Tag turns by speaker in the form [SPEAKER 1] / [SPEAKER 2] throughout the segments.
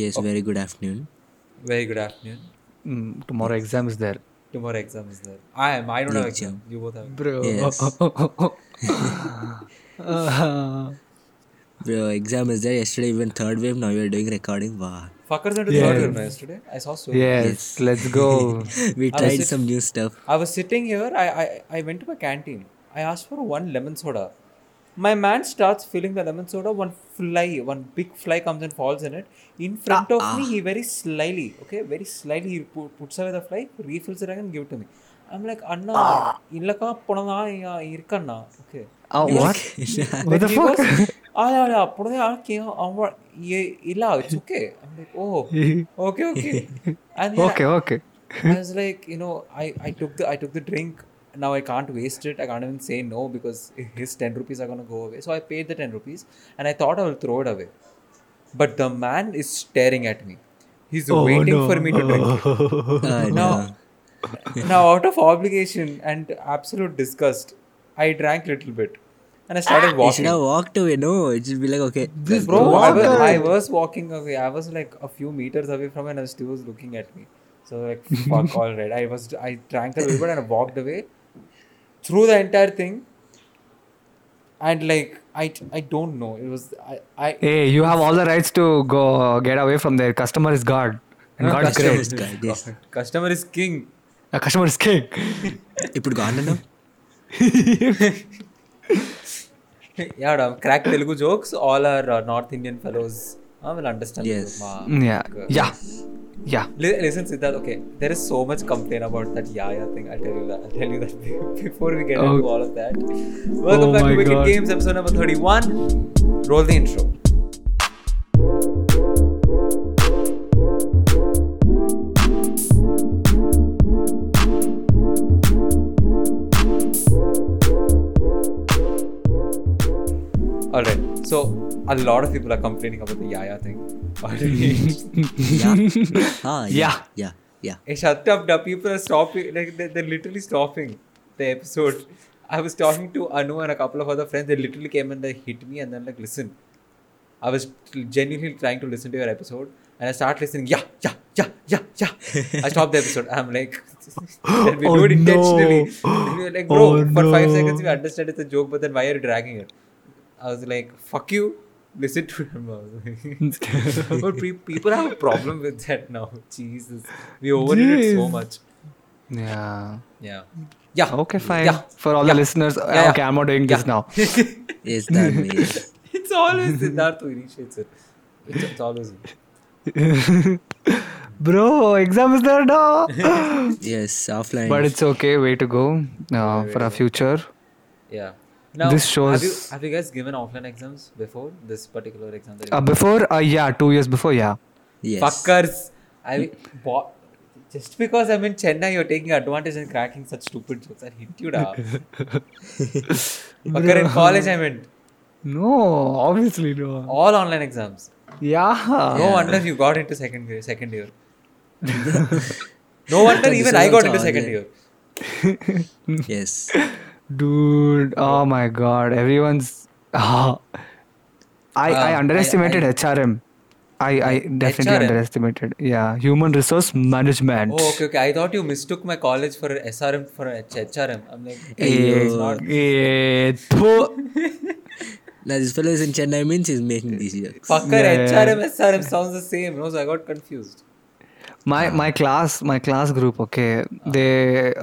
[SPEAKER 1] Yes, very good afternoon.
[SPEAKER 2] Very good afternoon.
[SPEAKER 3] Mm, tomorrow exam is there.
[SPEAKER 2] Tomorrow exam is there. I am. I don't have
[SPEAKER 1] Lecture.
[SPEAKER 2] exam. You both have.
[SPEAKER 3] Bro.
[SPEAKER 1] Yes.
[SPEAKER 3] Uh,
[SPEAKER 1] Bro, exam is there. Yesterday even third wave. Now you are doing recording. Wow.
[SPEAKER 2] Fuckers went to the
[SPEAKER 3] Yes.
[SPEAKER 2] third room yesterday. I saw so.
[SPEAKER 3] yes, let's go.
[SPEAKER 1] we
[SPEAKER 2] I was
[SPEAKER 1] tried
[SPEAKER 2] sit-
[SPEAKER 1] some new stuff.
[SPEAKER 2] I was sitting here. I, I I went to my canteen. I asked for one lemon soda. My man starts filling the lemon soda. One fly, one big fly comes and falls in it. In front of me, he very slyly, okay, very slyly, he pu- puts away the fly, refills it again, and give it to me. I'm like, Anna, illaka ponana irkanna, okay.
[SPEAKER 3] Oh,
[SPEAKER 2] He was
[SPEAKER 3] what?
[SPEAKER 2] like-
[SPEAKER 3] What the
[SPEAKER 2] he
[SPEAKER 3] fuck?
[SPEAKER 2] was- "Ah, yeah, yeah, ponana, ah, ke- ah, what- ye- illa, it's okay. I'm like, oh, okay, okay. And then I-
[SPEAKER 3] okay, okay.
[SPEAKER 2] I was like, you know, I, I took the I took the drink. Now I can't waste it. I can't even say no because his ten rupees are gonna go away. So I paid the ten rupees and I thought I will throw it away. But the man is staring at me. He's
[SPEAKER 3] Oh,
[SPEAKER 2] waiting for me to drink.
[SPEAKER 1] Uh,
[SPEAKER 2] Now, now out of obligation and absolute disgust, I drank little bit and I started
[SPEAKER 1] Ah, You should
[SPEAKER 2] walking.
[SPEAKER 1] have walked away. No, it should be like okay.
[SPEAKER 3] This
[SPEAKER 2] Bro,
[SPEAKER 3] Walk
[SPEAKER 2] I was, I
[SPEAKER 3] away.
[SPEAKER 2] was walking away. I was like a few meters away from him and he was looking at me. So like fuck all right. I was I drank a little bit and I walked away through the entire thing. And like I I don't know. It was I I
[SPEAKER 3] Hey, you have all the rights to go get away from there. Customer is God. And God Ah, is
[SPEAKER 1] customer
[SPEAKER 3] great.
[SPEAKER 1] is God, yes.
[SPEAKER 2] customer is king.
[SPEAKER 3] A customer is king.
[SPEAKER 1] ఇప్పుడు గాండను
[SPEAKER 2] yeah, damn. crack Telugu jokes. All our uh, North Indian fellows uh, will understand.
[SPEAKER 1] Yes.
[SPEAKER 2] Ma-
[SPEAKER 3] Mm, yeah. Yeah. Yeah.
[SPEAKER 2] Li- Listen, Siddharth, okay, there is so much complaint about that Yaya thing. I'll tell you that. I'll tell you that before we get
[SPEAKER 3] Oh.
[SPEAKER 2] into all of that. Welcome
[SPEAKER 3] Oh
[SPEAKER 2] back to
[SPEAKER 3] my
[SPEAKER 2] Wicked
[SPEAKER 3] God.
[SPEAKER 2] Games, episode number 31. Roll the intro. Alright, so a lot of people are complaining about the Yaya thing. Alright.
[SPEAKER 1] Ah,
[SPEAKER 3] Yeah.
[SPEAKER 1] yeah, yeah, yeah.
[SPEAKER 2] Hey, shut up, the people are stopping. Like they're, they're literally stopping the episode. I was talking to Anu and a couple of other friends. They literally came and they hit me and then like, listen. I was genuinely trying to listen to your episode and I start listening. Yeah, yeah, yeah, yeah, yeah. I stopped the episode. I'm like, then we
[SPEAKER 3] Oh,
[SPEAKER 2] do it
[SPEAKER 3] no.
[SPEAKER 2] intentionally. Then we were like, bro,
[SPEAKER 3] Oh,
[SPEAKER 2] for five
[SPEAKER 3] no.
[SPEAKER 2] seconds we understand it's a joke, but then why are you dragging it? I was like, fuck you. Listen to him. but "Oh, pe- people have a problem with that now. Jesus, we overdid it so
[SPEAKER 3] Jeez.
[SPEAKER 2] much.
[SPEAKER 3] Yeah.
[SPEAKER 2] Yeah. Yeah.
[SPEAKER 3] Okay, fine.
[SPEAKER 2] Yeah.
[SPEAKER 3] For all
[SPEAKER 2] Yeah.
[SPEAKER 3] the listeners, uh,
[SPEAKER 2] Yeah, yeah.
[SPEAKER 3] okay, I'm not doing this
[SPEAKER 2] Yeah.
[SPEAKER 3] now.
[SPEAKER 1] Yes, that me.
[SPEAKER 2] It's always Siddharth who initiates it. It's, it's always. him.
[SPEAKER 3] Bro, exam is there now.
[SPEAKER 1] Yes, offline.
[SPEAKER 3] but it's okay. Way to go uh, for our future.
[SPEAKER 2] Yeah. Now,
[SPEAKER 3] This
[SPEAKER 2] Have
[SPEAKER 3] shows-
[SPEAKER 2] you, have you guys given offline exams before this particular exam? That you
[SPEAKER 3] Uh, before, uh, yeah, two years before, yeah.
[SPEAKER 1] yes.
[SPEAKER 2] Fuckers. I bo- just because I'm in Chennai, you're taking advantage and cracking such stupid jokes. I hit you, da. Fucker in college, I meant
[SPEAKER 3] No, obviously no.
[SPEAKER 2] all online exams.
[SPEAKER 3] Yeah.
[SPEAKER 2] No wonder you got into second grade, second year. no wonder
[SPEAKER 1] This is
[SPEAKER 2] even I got
[SPEAKER 1] also
[SPEAKER 2] into second
[SPEAKER 1] online.
[SPEAKER 2] year.
[SPEAKER 1] Yes.
[SPEAKER 3] Dude, oh my god, everyone's. I, I
[SPEAKER 2] Uh,
[SPEAKER 3] underestimated HRM. I, I definitely
[SPEAKER 2] HRM?
[SPEAKER 3] underestimated. Yeah, human resource management.
[SPEAKER 2] Oh, okay, okay. I thought you mistook my college for a SRM for a H- HRM. I'm like,
[SPEAKER 3] Eh,
[SPEAKER 2] it's not.
[SPEAKER 3] eh, tho-
[SPEAKER 1] Now this fellow is in Chennai means he's making these jokes.
[SPEAKER 2] Fucker,
[SPEAKER 3] Yeah, yeah.
[SPEAKER 2] HRM, SRM sounds the same. No, so I got confused.
[SPEAKER 3] my
[SPEAKER 2] Ah.
[SPEAKER 3] my class my class group okay they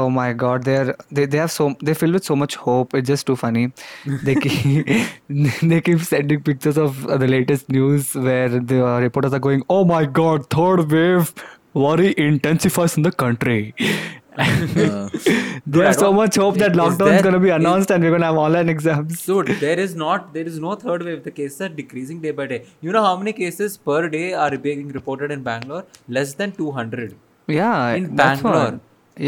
[SPEAKER 3] oh my god they're they, they have so they filled with so much hope it's just too funny they keep they keep sending pictures of uh, the latest news where the uh, reporters are going oh my god third wave worry intensifies in the country
[SPEAKER 1] Uh,
[SPEAKER 3] there's so
[SPEAKER 2] don't-
[SPEAKER 3] much hope that
[SPEAKER 2] is
[SPEAKER 3] lockdown is
[SPEAKER 2] there-
[SPEAKER 3] going to be
[SPEAKER 2] is-
[SPEAKER 3] announced and we're going to have online exams
[SPEAKER 2] Dude, there is not, there is no third wave. The cases are decreasing day by day. You know how many cases per day are being reported in Bangalore? Less than 200.
[SPEAKER 3] yeah
[SPEAKER 2] In
[SPEAKER 3] that's what-
[SPEAKER 2] Bangalore.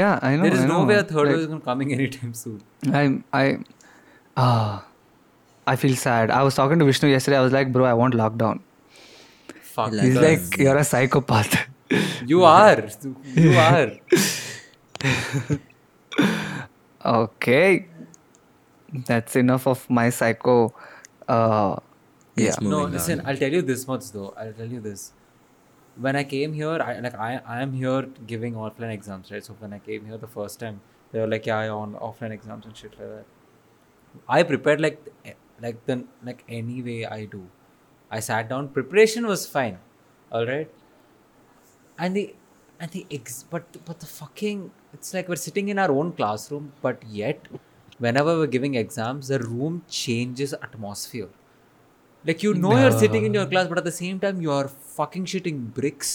[SPEAKER 3] yeah i know
[SPEAKER 2] there is
[SPEAKER 3] I
[SPEAKER 2] no
[SPEAKER 3] know.
[SPEAKER 2] way a third
[SPEAKER 3] Like-
[SPEAKER 2] wave is gonna coming anytime soon.
[SPEAKER 3] I'm I ah I feel sad. I was talking to Vishnu yesterday. I was like, bro, I want lockdown.
[SPEAKER 2] Fuck.
[SPEAKER 1] Like-
[SPEAKER 3] He's
[SPEAKER 1] Lockdown.
[SPEAKER 3] like, you're a psychopath.
[SPEAKER 2] you are. You are.
[SPEAKER 3] okay, that's enough of my psycho. Uh,
[SPEAKER 1] yes,
[SPEAKER 3] yeah.
[SPEAKER 1] moving
[SPEAKER 2] no,
[SPEAKER 1] on.
[SPEAKER 2] listen, I'll tell you this much though. I'll tell you this. when I came here, I like I I am here giving offline exams, right? So when I came here the first time, they were like, yeah, I on offline exams and shit like that. I prepared like eh, like the like any way I do. I sat down. Preparation was fine, all right. And the and the ex but but the fucking it's like we're sitting in our own classroom, but yet whenever we're giving exams, the room changes atmosphere. Like you know you're sitting in your class, but at the same time you are fucking shitting bricks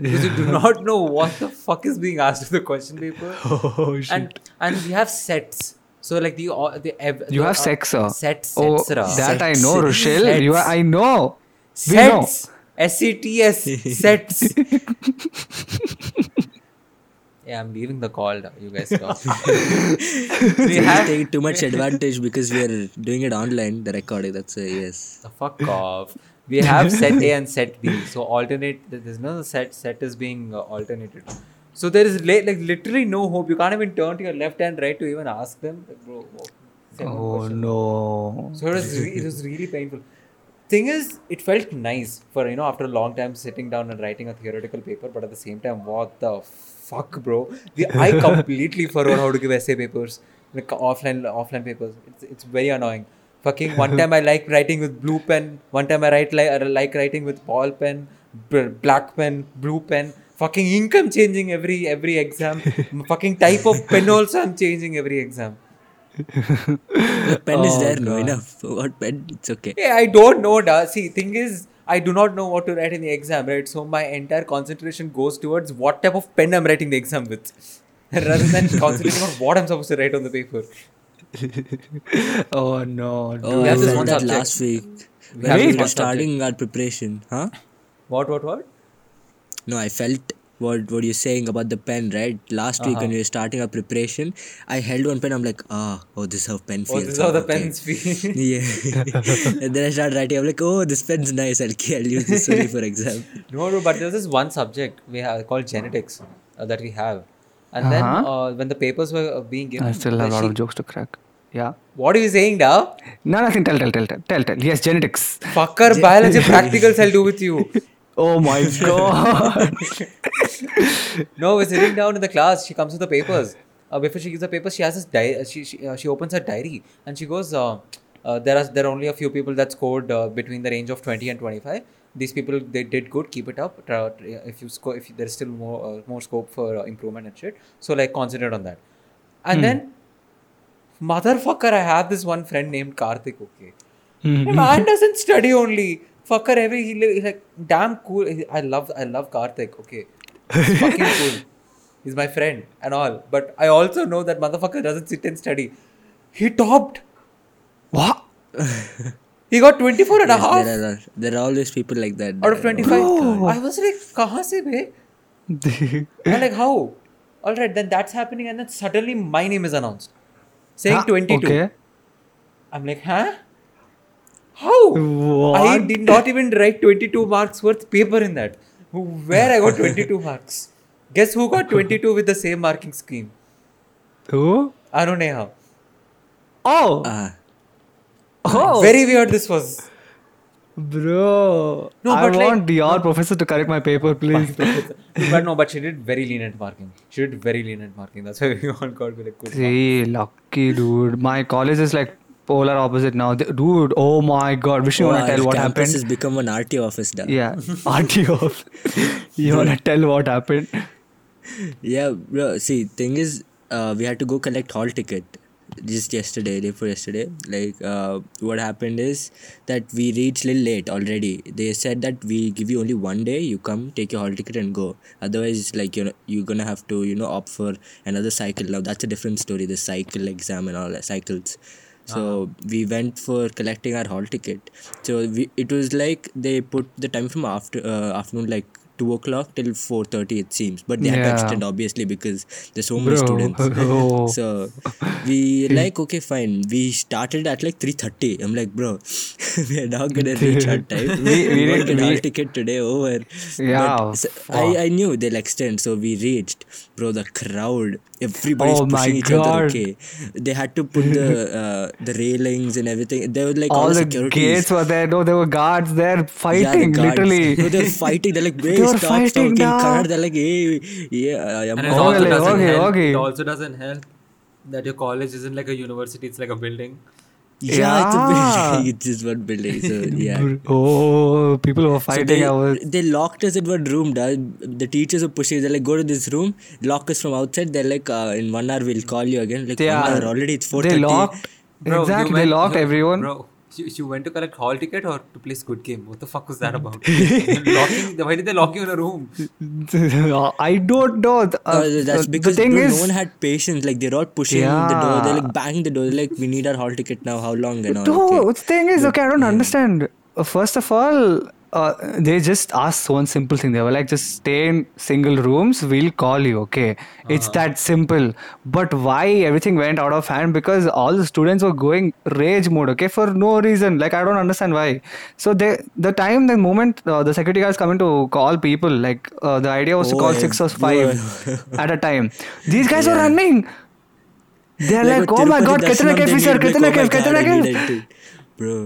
[SPEAKER 2] because you do not know what the fuck is being asked of the question paper.
[SPEAKER 3] Oh shit.
[SPEAKER 2] And and we have sets. So like the all the ev-
[SPEAKER 3] you
[SPEAKER 2] the,
[SPEAKER 3] have
[SPEAKER 2] uh,
[SPEAKER 3] sex, sir.
[SPEAKER 2] Sets, sets,
[SPEAKER 3] Oh,
[SPEAKER 2] ra.
[SPEAKER 3] that I know,
[SPEAKER 2] Sets.
[SPEAKER 3] Rochelle. You are. I know. We know.
[SPEAKER 2] sets. S E T S sets. yeah, I'm leaving the call. now. You guys talk. we
[SPEAKER 1] We're
[SPEAKER 2] have
[SPEAKER 1] taking too much advantage because we are doing it online, the recording. That's a yes.
[SPEAKER 2] the fuck off. We have set A and set B. So alternate. There's no set. Set is being uh, alternated. So there is li- like literally no hope. You can't even turn to your left and right to even ask them, like, bro. what- send one
[SPEAKER 3] Oh
[SPEAKER 2] question.
[SPEAKER 3] no.
[SPEAKER 2] So it was, re- it was really painful. Thing is, it felt nice for, you know, after a long time sitting down and writing a theoretical paper, but at the same time, what the fuck, bro? The, I completely forgot how to give essay papers, like offline offline papers. It's, it's very annoying. Fucking one time I like writing with blue pen, one time I write like, I like writing with ball pen, bl- black pen, blue pen. Fucking ink I'm changing every every exam. fucking type of pen also I'm changing every exam.
[SPEAKER 1] The pen
[SPEAKER 2] Oh,
[SPEAKER 1] is there, no enough. What pen? It's okay.
[SPEAKER 2] Yeah, I don't know. Da. See, thing is, I do not know what to write in the exam, right? So my entire concentration goes towards what type of pen I'm writing the exam with, rather than concentrating on what I'm supposed to write on the paper.
[SPEAKER 3] oh no.
[SPEAKER 1] Oh,
[SPEAKER 2] We
[SPEAKER 1] I
[SPEAKER 2] have
[SPEAKER 1] was
[SPEAKER 2] this
[SPEAKER 1] on
[SPEAKER 2] one
[SPEAKER 1] that
[SPEAKER 2] subject.
[SPEAKER 1] last week.
[SPEAKER 2] We
[SPEAKER 1] When
[SPEAKER 2] have
[SPEAKER 1] we
[SPEAKER 2] this
[SPEAKER 1] were
[SPEAKER 2] one
[SPEAKER 1] starting our preparation, huh?
[SPEAKER 2] What? What? What?
[SPEAKER 1] No, I felt what what you're saying about the pen, right? Last week
[SPEAKER 2] Uh-huh.
[SPEAKER 1] when we were starting our preparation, I held one pen. I'm like, ah, oh, this is how pen
[SPEAKER 2] Oh,
[SPEAKER 1] feels.
[SPEAKER 2] this is how the
[SPEAKER 1] okay."
[SPEAKER 2] pens feel.
[SPEAKER 1] yeah. and then I started writing. I'm like, oh, this pen's nice. I'll, I'll use this only for exam.
[SPEAKER 2] No, no, but there's this one subject we have called genetics uh, that we have, and then
[SPEAKER 3] Uh-huh.
[SPEAKER 2] uh, when the papers were uh, being given,
[SPEAKER 3] I still have a lot
[SPEAKER 2] she-
[SPEAKER 3] of jokes to crack. Yeah.
[SPEAKER 2] what are you saying, da?
[SPEAKER 3] No, nothing. Tell, tell, tell, tell, tell, tell. Yes, genetics.
[SPEAKER 2] Fucker, biology practicals I'll do with you.
[SPEAKER 3] Oh my god.
[SPEAKER 2] No, we're sitting down in the class. She comes with the papers. Uh, before she gives the papers, she has this di- uh, she she, uh, she opens her diary and she goes. Uh, uh, there are there are only a few people that scored uh, between the range of twenty and twenty five. These people they did good. Keep it up. Try- try- uh, If you score, if there's still more uh, more scope for uh, improvement and shit. So like concentrate on that. And then, motherfucker, I have this one friend named Karthik. Okay,
[SPEAKER 3] Mm-hmm.
[SPEAKER 2] the man doesn't study only. Fucker, every he li- he's like damn cool. He- I love I love Karthik. Okay, He's fucking cool. He's my friend and all. But I also know that motherfucker doesn't sit and study. He topped.
[SPEAKER 3] what?
[SPEAKER 2] He got 24 and a half
[SPEAKER 1] There are there are always people like that.
[SPEAKER 2] out of 25.
[SPEAKER 3] Bro.
[SPEAKER 2] I was like, kahan se bhai? I'm like, how? All right, then that's happening, and then suddenly my name is announced, saying
[SPEAKER 3] Huh?
[SPEAKER 2] 22.
[SPEAKER 3] Okay.
[SPEAKER 2] I'm like, huh? How? I
[SPEAKER 3] What?
[SPEAKER 2] did not even write 22 marks worth paper in that. Where I got 22 marks? Guess who got 22 with the same marking scheme?
[SPEAKER 3] Who?
[SPEAKER 2] Anu Neha.
[SPEAKER 3] Oh.
[SPEAKER 1] Ah,
[SPEAKER 3] oh.
[SPEAKER 2] Very weird this was.
[SPEAKER 3] Bro.
[SPEAKER 2] No,
[SPEAKER 3] I
[SPEAKER 2] but like-
[SPEAKER 3] want DR professor to correct my paper, please.
[SPEAKER 2] but no, but she did very lenient marking. She did very lenient marking. That's why we all got like good.
[SPEAKER 3] See, lucky dude. My college is like polar opposite now. Th- Dude, oh my god. Wish you
[SPEAKER 1] oh,
[SPEAKER 3] wanna
[SPEAKER 1] our
[SPEAKER 3] tell what
[SPEAKER 1] campus
[SPEAKER 3] happened.
[SPEAKER 1] has become an RT office now.
[SPEAKER 3] Yeah. RTO. you wanna tell what happened?
[SPEAKER 1] Yeah, bro. See, thing is, uh, we had to go collect hall ticket just yesterday, day for yesterday. Like, uh, what happened is that we reached little late already. They said that we give you only one day. You come, take your hall ticket, and go. Otherwise, like you know, you're gonna have to you know opt for another cycle. Now that's a different story. The cycle exam and all that cycles. So we went for collecting our hall ticket. So we, it was like they put the time from after uh, afternoon like two o'clock till four thirty it seems, but they had to
[SPEAKER 3] Yeah.
[SPEAKER 1] extend obviously because there's so many
[SPEAKER 3] Bro.
[SPEAKER 1] students.
[SPEAKER 3] Oh.
[SPEAKER 1] so we like okay fine. We started at like three thirty. I'm like bro, we are not gonna reach our time.
[SPEAKER 3] We- we
[SPEAKER 1] won't
[SPEAKER 3] did-
[SPEAKER 1] get our
[SPEAKER 3] we-
[SPEAKER 1] ticket today over.
[SPEAKER 3] Yeah,
[SPEAKER 1] But s- I I knew they'll extend. So we reached bro the crowd. Everybody's
[SPEAKER 3] Oh my
[SPEAKER 1] pushing each
[SPEAKER 3] God.
[SPEAKER 1] other. Okay, they had to put the uh, the railings and everything. They were like all,
[SPEAKER 3] All the
[SPEAKER 1] securities.
[SPEAKER 3] gates were there. No, there were guards there
[SPEAKER 1] Yeah, the
[SPEAKER 3] fighting,
[SPEAKER 1] guards.
[SPEAKER 3] literally.
[SPEAKER 1] No, they're fighting. They're like, wait, They
[SPEAKER 3] You're
[SPEAKER 1] stop talking
[SPEAKER 3] fighting now.
[SPEAKER 1] Kannada. They're like, hey, yeah, I am
[SPEAKER 2] And it
[SPEAKER 3] Okay,
[SPEAKER 2] also
[SPEAKER 3] okay,
[SPEAKER 2] doesn't
[SPEAKER 3] okay,
[SPEAKER 2] help.
[SPEAKER 3] okay.
[SPEAKER 2] It also doesn't help that your college isn't like a university; it's like a building.
[SPEAKER 1] Yeah, it's a building. It's just one building. So yeah.
[SPEAKER 3] Oh, people who are
[SPEAKER 1] So
[SPEAKER 3] fighting.
[SPEAKER 1] they,
[SPEAKER 3] I was
[SPEAKER 1] they locked us in one room. Da. The teachers were pushing. They're like, go to this room, lock us from outside. They're like, uh, in one hour we'll call you again. Like
[SPEAKER 3] They
[SPEAKER 1] one
[SPEAKER 3] are-
[SPEAKER 1] hour already. It's four
[SPEAKER 3] they
[SPEAKER 1] thirty.
[SPEAKER 3] locked.
[SPEAKER 2] Bro, you
[SPEAKER 3] exactly, they
[SPEAKER 2] went-
[SPEAKER 3] locked
[SPEAKER 2] you-
[SPEAKER 3] everyone.
[SPEAKER 2] Bro, you, you went to collect hall ticket or to play Squid Game? What the fuck was that about? locking, why did they lock you in a room?
[SPEAKER 3] I don't know. th-
[SPEAKER 1] Uh,
[SPEAKER 3] uh,
[SPEAKER 1] that's
[SPEAKER 3] the
[SPEAKER 1] because
[SPEAKER 3] thing
[SPEAKER 1] bro,
[SPEAKER 3] is,
[SPEAKER 1] no one had patience. Like they're all pushing the door. They're
[SPEAKER 3] Yeah.
[SPEAKER 1] like banging the door. They're like, we need our hall ticket now. How long and all.
[SPEAKER 3] No,
[SPEAKER 1] okay.
[SPEAKER 3] the thing is, okay, I don't understand. Uh, First of all, uh, they just asked one simple thing. They were like, just stay in single rooms, we'll call you, okay? It's
[SPEAKER 1] Uh-huh.
[SPEAKER 3] that simple. But why everything went out of hand? Because all the students were going rage mode, okay, for no reason. Like, I don't understand why. So, they, the time, the moment uh, the security guards coming to call people, like, uh, the idea was to
[SPEAKER 1] Oh,
[SPEAKER 3] call six or
[SPEAKER 1] everyone.
[SPEAKER 3] five at a time. These guys were running. They're
[SPEAKER 1] Like
[SPEAKER 3] like,
[SPEAKER 1] a
[SPEAKER 3] oh my
[SPEAKER 1] Tirupati
[SPEAKER 3] god,
[SPEAKER 1] Darshanam,
[SPEAKER 3] kitna
[SPEAKER 1] they
[SPEAKER 3] kefi sir,
[SPEAKER 1] need, like,
[SPEAKER 3] kitna
[SPEAKER 1] oh my
[SPEAKER 3] kef,
[SPEAKER 1] God,
[SPEAKER 3] kitna
[SPEAKER 1] I
[SPEAKER 3] kef.
[SPEAKER 1] need it too. Bro.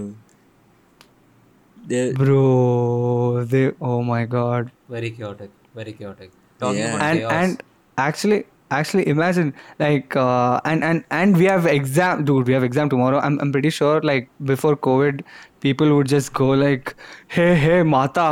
[SPEAKER 1] They're,
[SPEAKER 3] bro they oh my god
[SPEAKER 2] Very chaotic. Very chaotic. Talking
[SPEAKER 1] Yeah.
[SPEAKER 2] about
[SPEAKER 3] and
[SPEAKER 2] chaos.
[SPEAKER 3] and actually actually imagine like uh, and and and we have exam dude we have exam tomorrow I'm, I'm pretty sure like before covid people would just go like hey hey mata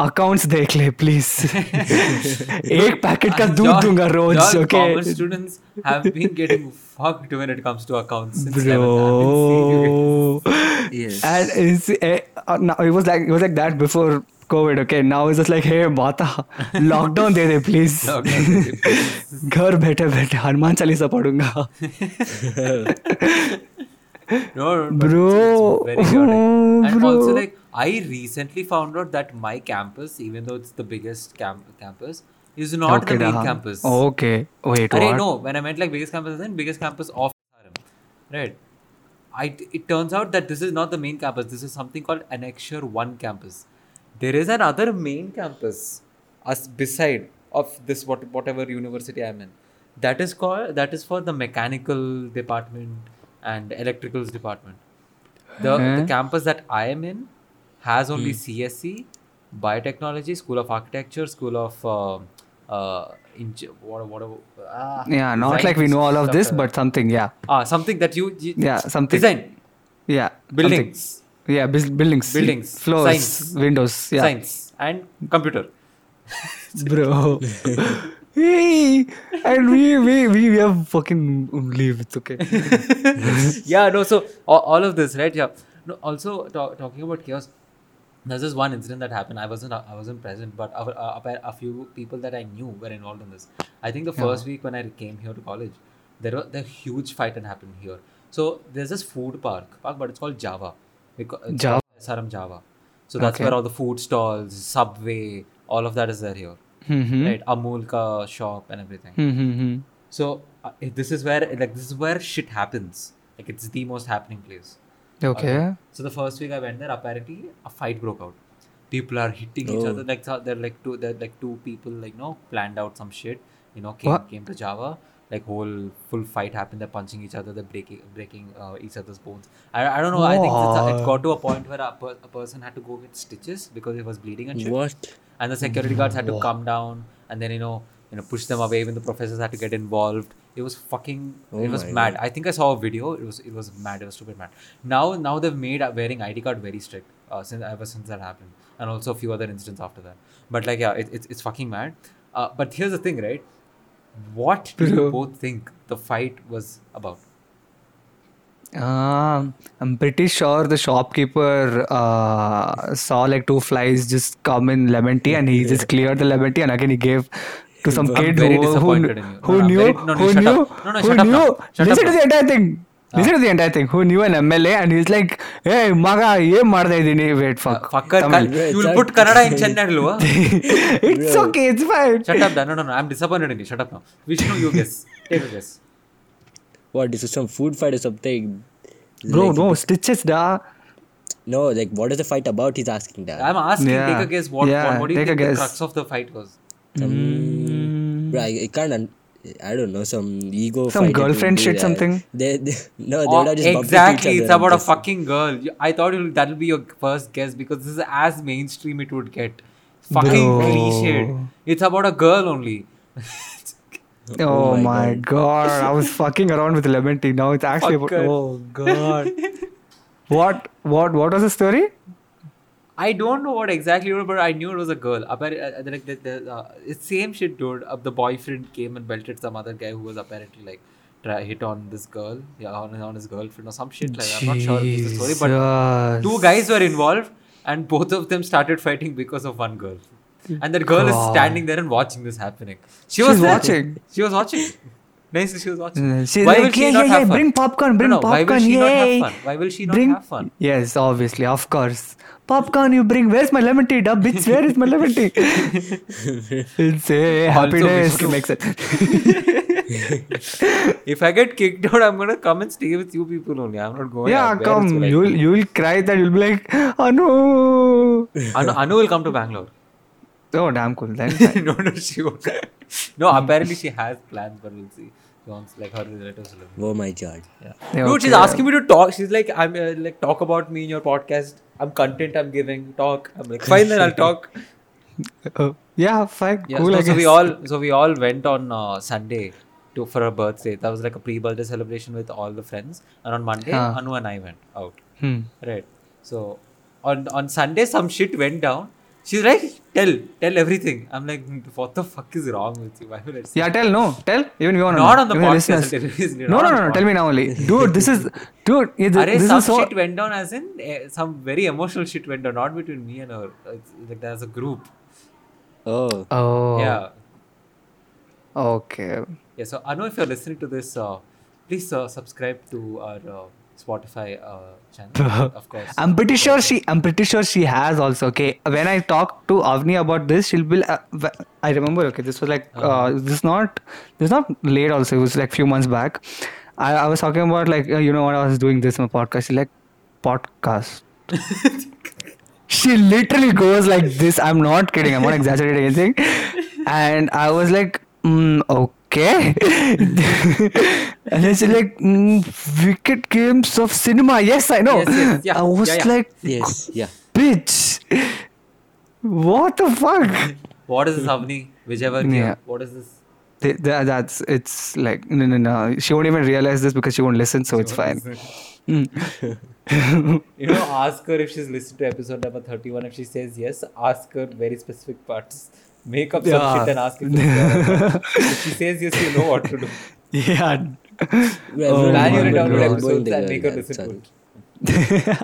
[SPEAKER 3] accounts देख ले please एक packet का
[SPEAKER 2] And
[SPEAKER 3] दूध
[SPEAKER 2] y'all-
[SPEAKER 3] दूंगा रोज
[SPEAKER 2] y'all
[SPEAKER 3] okay
[SPEAKER 2] Commerce students have been getting fucked when it comes to accounts. Since 7th. I've been seeing you guys.
[SPEAKER 3] bro
[SPEAKER 1] Yes.
[SPEAKER 3] and it's, eh, uh, now it was like it was like that before covid okay now it's just like hey mata lockdown दे दे please
[SPEAKER 2] Lockdown दे दे,
[SPEAKER 3] घर बैठे बैठे हनुमान चालीसा पढ़ूंगा
[SPEAKER 2] No, no, but
[SPEAKER 3] Bro.
[SPEAKER 2] it's- it's very chaotic. And
[SPEAKER 3] Bro.
[SPEAKER 2] also, like, I recently found out that my campus, even though it's the biggest camp- campus, is not
[SPEAKER 3] Okay,
[SPEAKER 2] the
[SPEAKER 3] uh-huh. Oh,
[SPEAKER 2] main
[SPEAKER 3] dah.
[SPEAKER 2] campus.
[SPEAKER 3] Okay, wait,
[SPEAKER 2] Arey,
[SPEAKER 3] what?
[SPEAKER 2] no, when I meant like biggest campus, then biggest campus of Harem, right? I it turns out that this is not the main campus. This is something called Annexure One campus. There is another main campus, as beside of this what whatever university I'm in. That is called that is for the mechanical department and electricals department. The, the campus that I am in has
[SPEAKER 3] Hmm.
[SPEAKER 2] only CSC, biotechnology, School of Architecture, School of uh, uh, Inge- what, what, ah,
[SPEAKER 3] Yeah, not like we know all of this, but something, yeah,
[SPEAKER 2] ah, something that you, you-
[SPEAKER 3] Yeah, something.
[SPEAKER 2] design
[SPEAKER 3] yeah,
[SPEAKER 2] buildings
[SPEAKER 3] something. yeah, bus- buildings,
[SPEAKER 2] Buildings.
[SPEAKER 3] floors,
[SPEAKER 2] Science.
[SPEAKER 3] windows, yeah,
[SPEAKER 2] science and computer
[SPEAKER 3] bro. Hey, and we we we we have fucking leave. It's okay.
[SPEAKER 2] yeah no so all, all of this right yeah no, also ta- talking about chaos there's this one incident that happened i wasn't i wasn't present but a, a, a- a few people that i knew were involved in this i think the first week when i came here to college there was a huge fight that happened here so there's this food park park but it's called java because it's
[SPEAKER 3] Java.
[SPEAKER 2] called SRM java so that's
[SPEAKER 3] Okay.
[SPEAKER 2] where all the food stalls subway all of that is there here
[SPEAKER 3] Mhm.
[SPEAKER 2] right amul ka shop and everything
[SPEAKER 3] Mhm.
[SPEAKER 2] so uh, this is where like this is where shit happens. Like it's the most happening place.
[SPEAKER 3] Okay.
[SPEAKER 2] So the first week I went there, apparently a fight broke out. People are hitting each
[SPEAKER 1] Oh.
[SPEAKER 2] other. Like so- they're like two, they're like two people like no planned out some shit. You know, came
[SPEAKER 3] What?
[SPEAKER 2] came to Java. Like whole full fight happened. They're punching each other. They're breaking breaking uh, each other's bones. I, I don't know. I think it's, it got to a point where a, per, a person had to go get stitches because it was bleeding and shit
[SPEAKER 1] what?
[SPEAKER 2] and the security
[SPEAKER 1] Mm,
[SPEAKER 2] guards had to come down and then you know you know push them away even the professors had to get involved it was fucking
[SPEAKER 1] Oh
[SPEAKER 2] it was
[SPEAKER 1] my
[SPEAKER 2] mad i think i saw a video it was it was mad it was stupid mad now now they've made uh, wearing id card very strict uh, since ever since that happened and also a few other incidents after that but like yeah it, it's it's fucking mad uh, but here's the thing right what do you
[SPEAKER 3] Bro.
[SPEAKER 2] both think the fight was about
[SPEAKER 3] Um, I'm pretty sure the shopkeeper uh, saw like two flies just come in lemon tea, and he just cleared the lemon tea, and again he gave to some
[SPEAKER 2] I'm
[SPEAKER 3] kid
[SPEAKER 2] very
[SPEAKER 3] who who,
[SPEAKER 2] disappointed in you. No,
[SPEAKER 3] who
[SPEAKER 2] no, I'm
[SPEAKER 3] knew
[SPEAKER 2] very- no, no,
[SPEAKER 3] who
[SPEAKER 2] shut
[SPEAKER 3] knew
[SPEAKER 2] up. No, no,
[SPEAKER 3] who
[SPEAKER 2] shut up
[SPEAKER 3] knew.
[SPEAKER 2] now. Ah. Shut up
[SPEAKER 3] Listen to the entire thing. Listen to the entire thing. Who knew an MLA, and he's like, "Hey, maga, ye marda idini." Wait, fuck.
[SPEAKER 2] Ah, fucker
[SPEAKER 3] Tamil.
[SPEAKER 2] Kal-
[SPEAKER 1] Bro, Uh, it's
[SPEAKER 2] you'll
[SPEAKER 1] not-
[SPEAKER 2] put kannada in chennai Luva.
[SPEAKER 3] it's
[SPEAKER 1] Bro.
[SPEAKER 3] okay. It's fine.
[SPEAKER 2] shut up Dan. no no no i'm disappointed in you shut up now vishnu you guess take a guess
[SPEAKER 1] What? This is some food fight or something.
[SPEAKER 3] Bro,
[SPEAKER 1] Like,
[SPEAKER 3] no stitches, da.
[SPEAKER 1] No, like what is the fight about? He's asking that.
[SPEAKER 2] I'm asking.
[SPEAKER 3] Yeah.
[SPEAKER 2] Take a guess. What?
[SPEAKER 3] Yeah,
[SPEAKER 2] what, what do you
[SPEAKER 3] take a
[SPEAKER 2] think the
[SPEAKER 3] guess.
[SPEAKER 2] crux of the fight was?
[SPEAKER 3] Mm.
[SPEAKER 1] Um, bro, I, I can't. Un- I don't know. Some ego.
[SPEAKER 3] Some
[SPEAKER 1] fight that
[SPEAKER 3] girlfriend
[SPEAKER 1] would be
[SPEAKER 3] shit
[SPEAKER 1] there.
[SPEAKER 3] something?
[SPEAKER 1] They, they no, they
[SPEAKER 2] Oh,
[SPEAKER 1] would have just bumped into
[SPEAKER 2] exactly.
[SPEAKER 1] each
[SPEAKER 2] It's
[SPEAKER 1] other and
[SPEAKER 2] about a
[SPEAKER 1] just-
[SPEAKER 2] fucking girl. You- I thought it'll, that'll be your first guess because this is as mainstream it would get. fucking
[SPEAKER 3] Bro.
[SPEAKER 2] cliched. It's about a girl only.
[SPEAKER 3] Oh, my god. I was fucking around with lemon tea. Now it's actually about,
[SPEAKER 2] Fucker.
[SPEAKER 3] oh god. what what what was the story?
[SPEAKER 2] I don't know what exactly, it was, but I knew it was a girl. Appar- uh, uh, like the, the, uh, it's same shit, dude. Uh, the boyfriend came and belted some other guy who was apparently like try hit on this girl, yeah, on, on his girlfriend or some shit. Like I'm not sure if it's the story, but
[SPEAKER 3] Jesus.
[SPEAKER 2] two guys were involved and both of them started fighting because of one girl. And that girl is standing there and watching this happening. She was
[SPEAKER 3] She's
[SPEAKER 2] there.
[SPEAKER 3] watching.
[SPEAKER 2] She was watching. Nice, she was watching.
[SPEAKER 3] She's
[SPEAKER 2] why
[SPEAKER 3] like,
[SPEAKER 2] will she
[SPEAKER 3] yeah,
[SPEAKER 2] not
[SPEAKER 3] yeah,
[SPEAKER 2] have
[SPEAKER 3] yeah,
[SPEAKER 2] fun?
[SPEAKER 3] bring popcorn,
[SPEAKER 2] No,
[SPEAKER 3] bring
[SPEAKER 2] no,
[SPEAKER 3] popcorn,
[SPEAKER 2] Why will she not
[SPEAKER 3] yay.
[SPEAKER 2] have fun? Why will she not
[SPEAKER 3] Bring-
[SPEAKER 2] have fun?
[SPEAKER 3] Yes, obviously, of course. Popcorn, you bring. Where's my lemon tea, dub? Bitch, where is my lemon tea? it's a happy
[SPEAKER 2] Also,
[SPEAKER 3] days.
[SPEAKER 2] Vishnu.
[SPEAKER 3] Makes it.
[SPEAKER 2] If I get kicked out, I'm gonna come and stay with you people only. I'm not going.
[SPEAKER 3] yeah,
[SPEAKER 2] out. Oh, Where else
[SPEAKER 3] come.
[SPEAKER 2] will I
[SPEAKER 3] You'll
[SPEAKER 2] go?
[SPEAKER 3] you'll cry that you'll be like, oh no.
[SPEAKER 2] Anu, Anu will come to Bangalore.
[SPEAKER 3] Oh damn, cool then.
[SPEAKER 2] no, no, she won't. no, apparently she has plans, but we'll see. She wants like her relatives will.
[SPEAKER 1] Oh my god.
[SPEAKER 2] Yeah.
[SPEAKER 3] Yeah,
[SPEAKER 2] Dude, she's
[SPEAKER 3] okay.
[SPEAKER 2] asking me to talk. She's like, I'm uh, like talk about me in your podcast. I'm content. I'm giving talk. I'm like, fine, then I'll talk.
[SPEAKER 3] Oh, yeah, fine,
[SPEAKER 2] Yeah,
[SPEAKER 3] cool.
[SPEAKER 2] so,
[SPEAKER 3] I
[SPEAKER 2] so we
[SPEAKER 3] guess.
[SPEAKER 2] all so we all went on uh, Sunday to for her birthday. That was like a pre-birthday celebration with all the friends. And on Monday,
[SPEAKER 3] Huh.
[SPEAKER 2] Anu and I went out.
[SPEAKER 3] Hmm.
[SPEAKER 2] Right. So on on Sunday, some shit went down. She's like, tell tell everything. I'm like, what the fuck is wrong with you? Why would I say?
[SPEAKER 3] Yeah, tell no, tell even we want to
[SPEAKER 2] Not
[SPEAKER 3] know.
[SPEAKER 2] on the
[SPEAKER 3] Even
[SPEAKER 2] podcast,
[SPEAKER 3] listeners.
[SPEAKER 2] seriously,
[SPEAKER 3] No,
[SPEAKER 2] not
[SPEAKER 3] no,
[SPEAKER 2] on
[SPEAKER 3] no,
[SPEAKER 2] the
[SPEAKER 3] no. Tell me now only, dude. This is, dude. It,
[SPEAKER 2] Arey,
[SPEAKER 3] this
[SPEAKER 2] some
[SPEAKER 3] is so.
[SPEAKER 2] shit went down as in eh, some very emotional shit went down, not between me and her. It's, like there's a group.
[SPEAKER 1] Oh.
[SPEAKER 3] Oh.
[SPEAKER 2] Yeah.
[SPEAKER 3] Okay.
[SPEAKER 2] Yeah. So Anu, if you're listening to this, uh, please uh, subscribe to our uh, Spotify uh, channel. of course.
[SPEAKER 3] I'm pretty sure she. I'm pretty sure she has also. Okay, when I talk to Avni about this, she'll be. Uh, wh- I remember. Okay, this was like.
[SPEAKER 2] Uh-huh.
[SPEAKER 3] Uh, this is not. This is not late. Also, it was like few months back. I, I was talking about like uh, you know what I was doing this in a podcast. She like podcast. she literally goes like this. I'm not kidding. I'm not exaggerating anything. And I was like, mm, okay. and then she's like, mm, wicked games of cinema. Yes, I know.
[SPEAKER 2] Yes, yes, yeah,
[SPEAKER 3] I was
[SPEAKER 2] yeah, yeah.
[SPEAKER 3] like,
[SPEAKER 1] Yes. Yeah.
[SPEAKER 3] bitch, what the fuck?
[SPEAKER 2] What is this, Avni? Whichever.
[SPEAKER 3] Yeah.
[SPEAKER 2] Yeah. What is this?
[SPEAKER 3] They, they, that's it's like no no no. She won't even realize this because she won't listen, so it's fine. Mm.
[SPEAKER 2] You know, ask her if she's listened to episode number 31. If she says yes, ask her very specific parts. Make up
[SPEAKER 3] Yeah.
[SPEAKER 2] some shit and ask if, it's there. if she says yes, you know what to do.
[SPEAKER 3] yeah.
[SPEAKER 1] Well,
[SPEAKER 3] Oh
[SPEAKER 2] Plan
[SPEAKER 3] my
[SPEAKER 2] your download
[SPEAKER 3] God.
[SPEAKER 2] episodes
[SPEAKER 1] Going
[SPEAKER 2] and
[SPEAKER 1] there,
[SPEAKER 2] make her
[SPEAKER 1] yeah,
[SPEAKER 2] listen to
[SPEAKER 1] sorry.
[SPEAKER 2] it.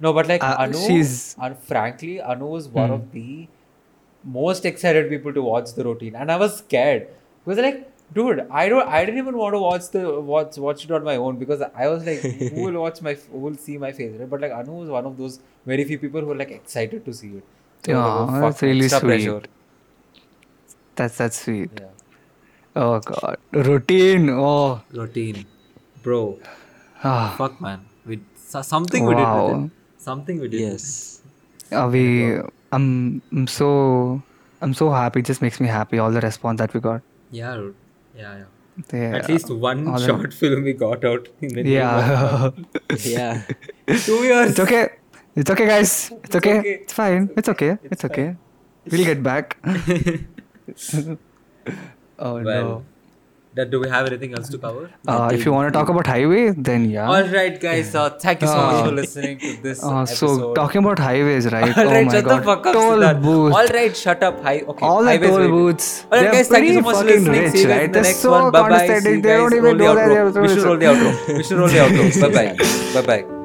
[SPEAKER 2] No, but like
[SPEAKER 3] Uh,
[SPEAKER 2] Anu,
[SPEAKER 3] she's- Hmm.
[SPEAKER 2] Anu, frankly, Anu was one of the most excited people to watch the routine, and I was scared because like, dude, I don't, I didn't even want to watch the watch watch it on my own because I was like, who will watch my, who will see my face, right? But like Anu was one of those very few people who were like excited to see it. I was
[SPEAKER 3] Aw,
[SPEAKER 2] like, "Oh,
[SPEAKER 3] that's
[SPEAKER 2] fuck,
[SPEAKER 3] really
[SPEAKER 2] extra
[SPEAKER 3] sweet.
[SPEAKER 2] pressure."
[SPEAKER 3] That's that's sweet.
[SPEAKER 2] Yeah.
[SPEAKER 3] Oh god, routine. Oh,
[SPEAKER 2] Routine, bro.
[SPEAKER 3] ah.
[SPEAKER 2] Fuck, man. We so- something we did
[SPEAKER 3] Wow.
[SPEAKER 2] with it. Something we did. with it.
[SPEAKER 1] Yes.
[SPEAKER 3] Are we? I'm. I'm so. I'm so happy. It just makes me happy. All the response that we got.
[SPEAKER 2] Yeah, dude. yeah, yeah.
[SPEAKER 3] Yeah.
[SPEAKER 2] At least one
[SPEAKER 3] All in-
[SPEAKER 2] short film we got out in the new
[SPEAKER 3] Yeah.
[SPEAKER 1] Yeah.
[SPEAKER 2] one. two years.
[SPEAKER 3] it's okay. It's okay, guys. It's okay.
[SPEAKER 2] okay.
[SPEAKER 3] It's fine. It's okay. It's okay. We'll get back. oh
[SPEAKER 2] Well, that do we have anything else to cover?
[SPEAKER 3] no. Uh, if you want to talk about highway, then yeah.
[SPEAKER 2] All right, guys. Uh, thank you so much
[SPEAKER 3] Uh,
[SPEAKER 2] for listening to this
[SPEAKER 3] Uh,
[SPEAKER 2] episode.
[SPEAKER 3] so talking about highways, right?
[SPEAKER 2] All right,
[SPEAKER 3] oh my
[SPEAKER 2] shut
[SPEAKER 3] god.
[SPEAKER 2] the fuck up,
[SPEAKER 3] Toll
[SPEAKER 2] Siddharth.
[SPEAKER 3] booth.
[SPEAKER 2] All right, shut up. Hi, okay.
[SPEAKER 3] All the
[SPEAKER 2] highways
[SPEAKER 3] toll
[SPEAKER 2] waiting.
[SPEAKER 3] booths.
[SPEAKER 2] All right,
[SPEAKER 3] They're
[SPEAKER 2] guys. Thank you so
[SPEAKER 3] pretty
[SPEAKER 2] much for
[SPEAKER 3] fucking
[SPEAKER 2] listening. See
[SPEAKER 3] rich,
[SPEAKER 2] you guys
[SPEAKER 3] right?
[SPEAKER 2] in the
[SPEAKER 3] They're
[SPEAKER 2] next
[SPEAKER 3] so
[SPEAKER 2] one. Bye bye. See you
[SPEAKER 3] condescending. They
[SPEAKER 2] guys.
[SPEAKER 3] don't even
[SPEAKER 2] Roll the
[SPEAKER 3] know that
[SPEAKER 2] outro.
[SPEAKER 3] they're
[SPEAKER 2] We should roll the outro. We should roll the outro. Bye bye. Bye bye.